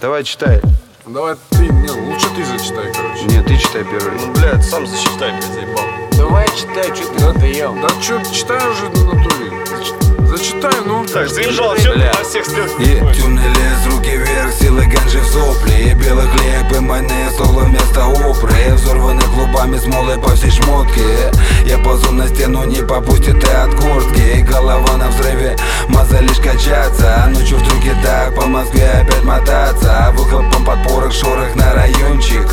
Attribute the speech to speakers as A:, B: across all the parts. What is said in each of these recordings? A: Давай читай.
B: Давай ты, не, лучше ты зачитай, короче.
A: Нет, ты читай первый.
C: Блядь, сам засчитай, блядь, заебал.
D: Давай читай, что ты надоел.
B: Да чё, читай уже на натуре. Зач- Зачитай, ну.
C: Так, заебал, чё ты на всех стрелах
E: Темний ліс, руки вверх, сіли ганжі в соплі Білих лік, би мене соло міста опри Взорвані клубами смоли по всій шмотки Я ползу на стіну, не попустите от куртки Голова на взрыве, маза лишь качаться Ночью в трюке так, по Москве опять мотаться А Выхлопом подпорок, шорох на райончик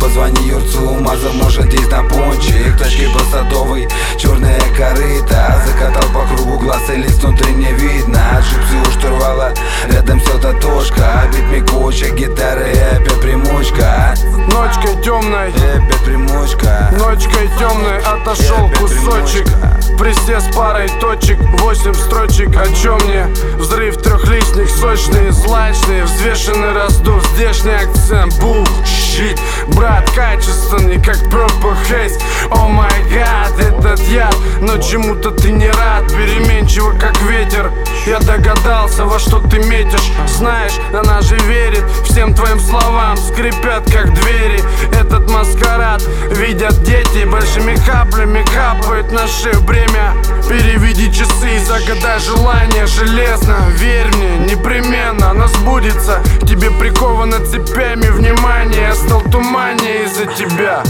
E: Позвони Юрцу, маза может есть на пончик Точки по садовой, черная корыта Закатал по кругу глаз и лист внутри не видно Джипси уштурвала, рядом все татушка Бит куча, гитары и опять примочка
B: Ночкой темной,
E: И опять примочка
B: ночкой темной отошел
E: опять
B: кусочек.
E: примочка.
B: Присед с парой точек, восемь строчек. О чем мне? Взрыв трехлистник, сочный, злачный, взвешенный раздув, здешний акцент. Булщит, брат, качественный, как Purple Haze. О май гад, этот яд, но чему-то ты не рад, переменчиво, как ветер. Я догадался, во что ты метишь Знаешь, она же верит всем твоим словам Скрипят, как двери, этот маскарад Видят дети, большими каплями капают на шею бремя Переведи часы и загадай желание железно Верь мне, непременно, она сбудется К Тебе приковано цепями внимание Я стал тумане из-за тебя,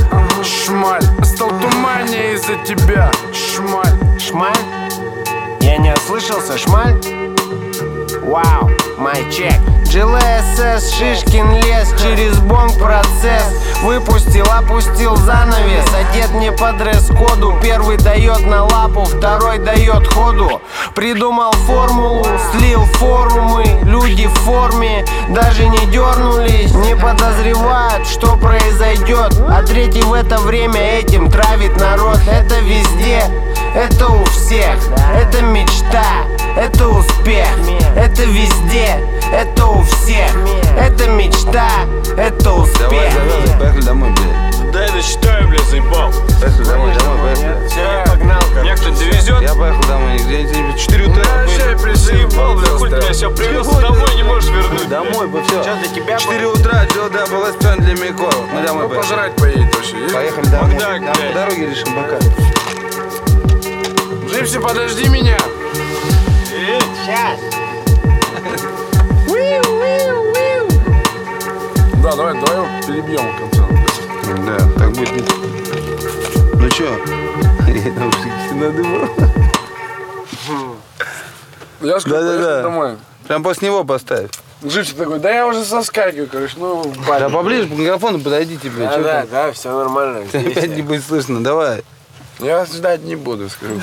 B: шмаль Я Стал тумане из-за тебя, шмаль
D: Шмаль? Я не ослышался, шмаль? Вау, май чек GLSS, Шишкин лес, через бонг процесс Выпустил, опустил занавес, одет не по дресс-коду Первый дает на лапу, второй дает ходу Придумал формулу, слил форумы, люди в форме Даже не дернулись, не подозревают, что произойдет А третий в это время этим травит народ Это везде, это у всех, это мечта, это успех, это везде, это у всех, это мечта, это
E: Давай,
D: успех.
E: завязывай, поехали домой, блядь
C: Да я зачитаю, блядь, заебал.
E: Поехали домой, домой, поехали
D: Все, погнал,
C: Меня кто-то довезет,
E: Я поехал домой, нигде не
C: 4 утра,
B: Да,
C: блядь,
B: ща я приеду,
C: заебал, блядь,
B: просто.
C: хуй ты меня сейчас привез, домой не можешь вернуть, блядь.
E: Домой бы все
D: для тебя
E: 4 утра, Джо Дабл, Эспен для Мико Ну домой, поехали
B: Пожрать поедет вообще, есть?
E: Поехали домой,
C: Макдак,
E: Там по
C: блядь.
E: дороге решим, пока
B: Джипси, подожди меня
C: Эй,
D: сейчас.
B: Да, давай, давай его перебьем в конце
E: Да, так будет не- Ну чё? Я наушники надумал
B: Я скажу,
E: Да-да-да.
B: поехали домой
E: Прям после него поставь
B: Джипси такой, да я уже соскакиваю, короче, ну,
E: Да
B: парень.
E: поближе к микрофону подойдите, блядь
D: Да,
E: чё
D: да,
E: там?
D: да, все нормально.
E: Опять не будет слышно, давай
B: Я вас ждать не буду, скажу.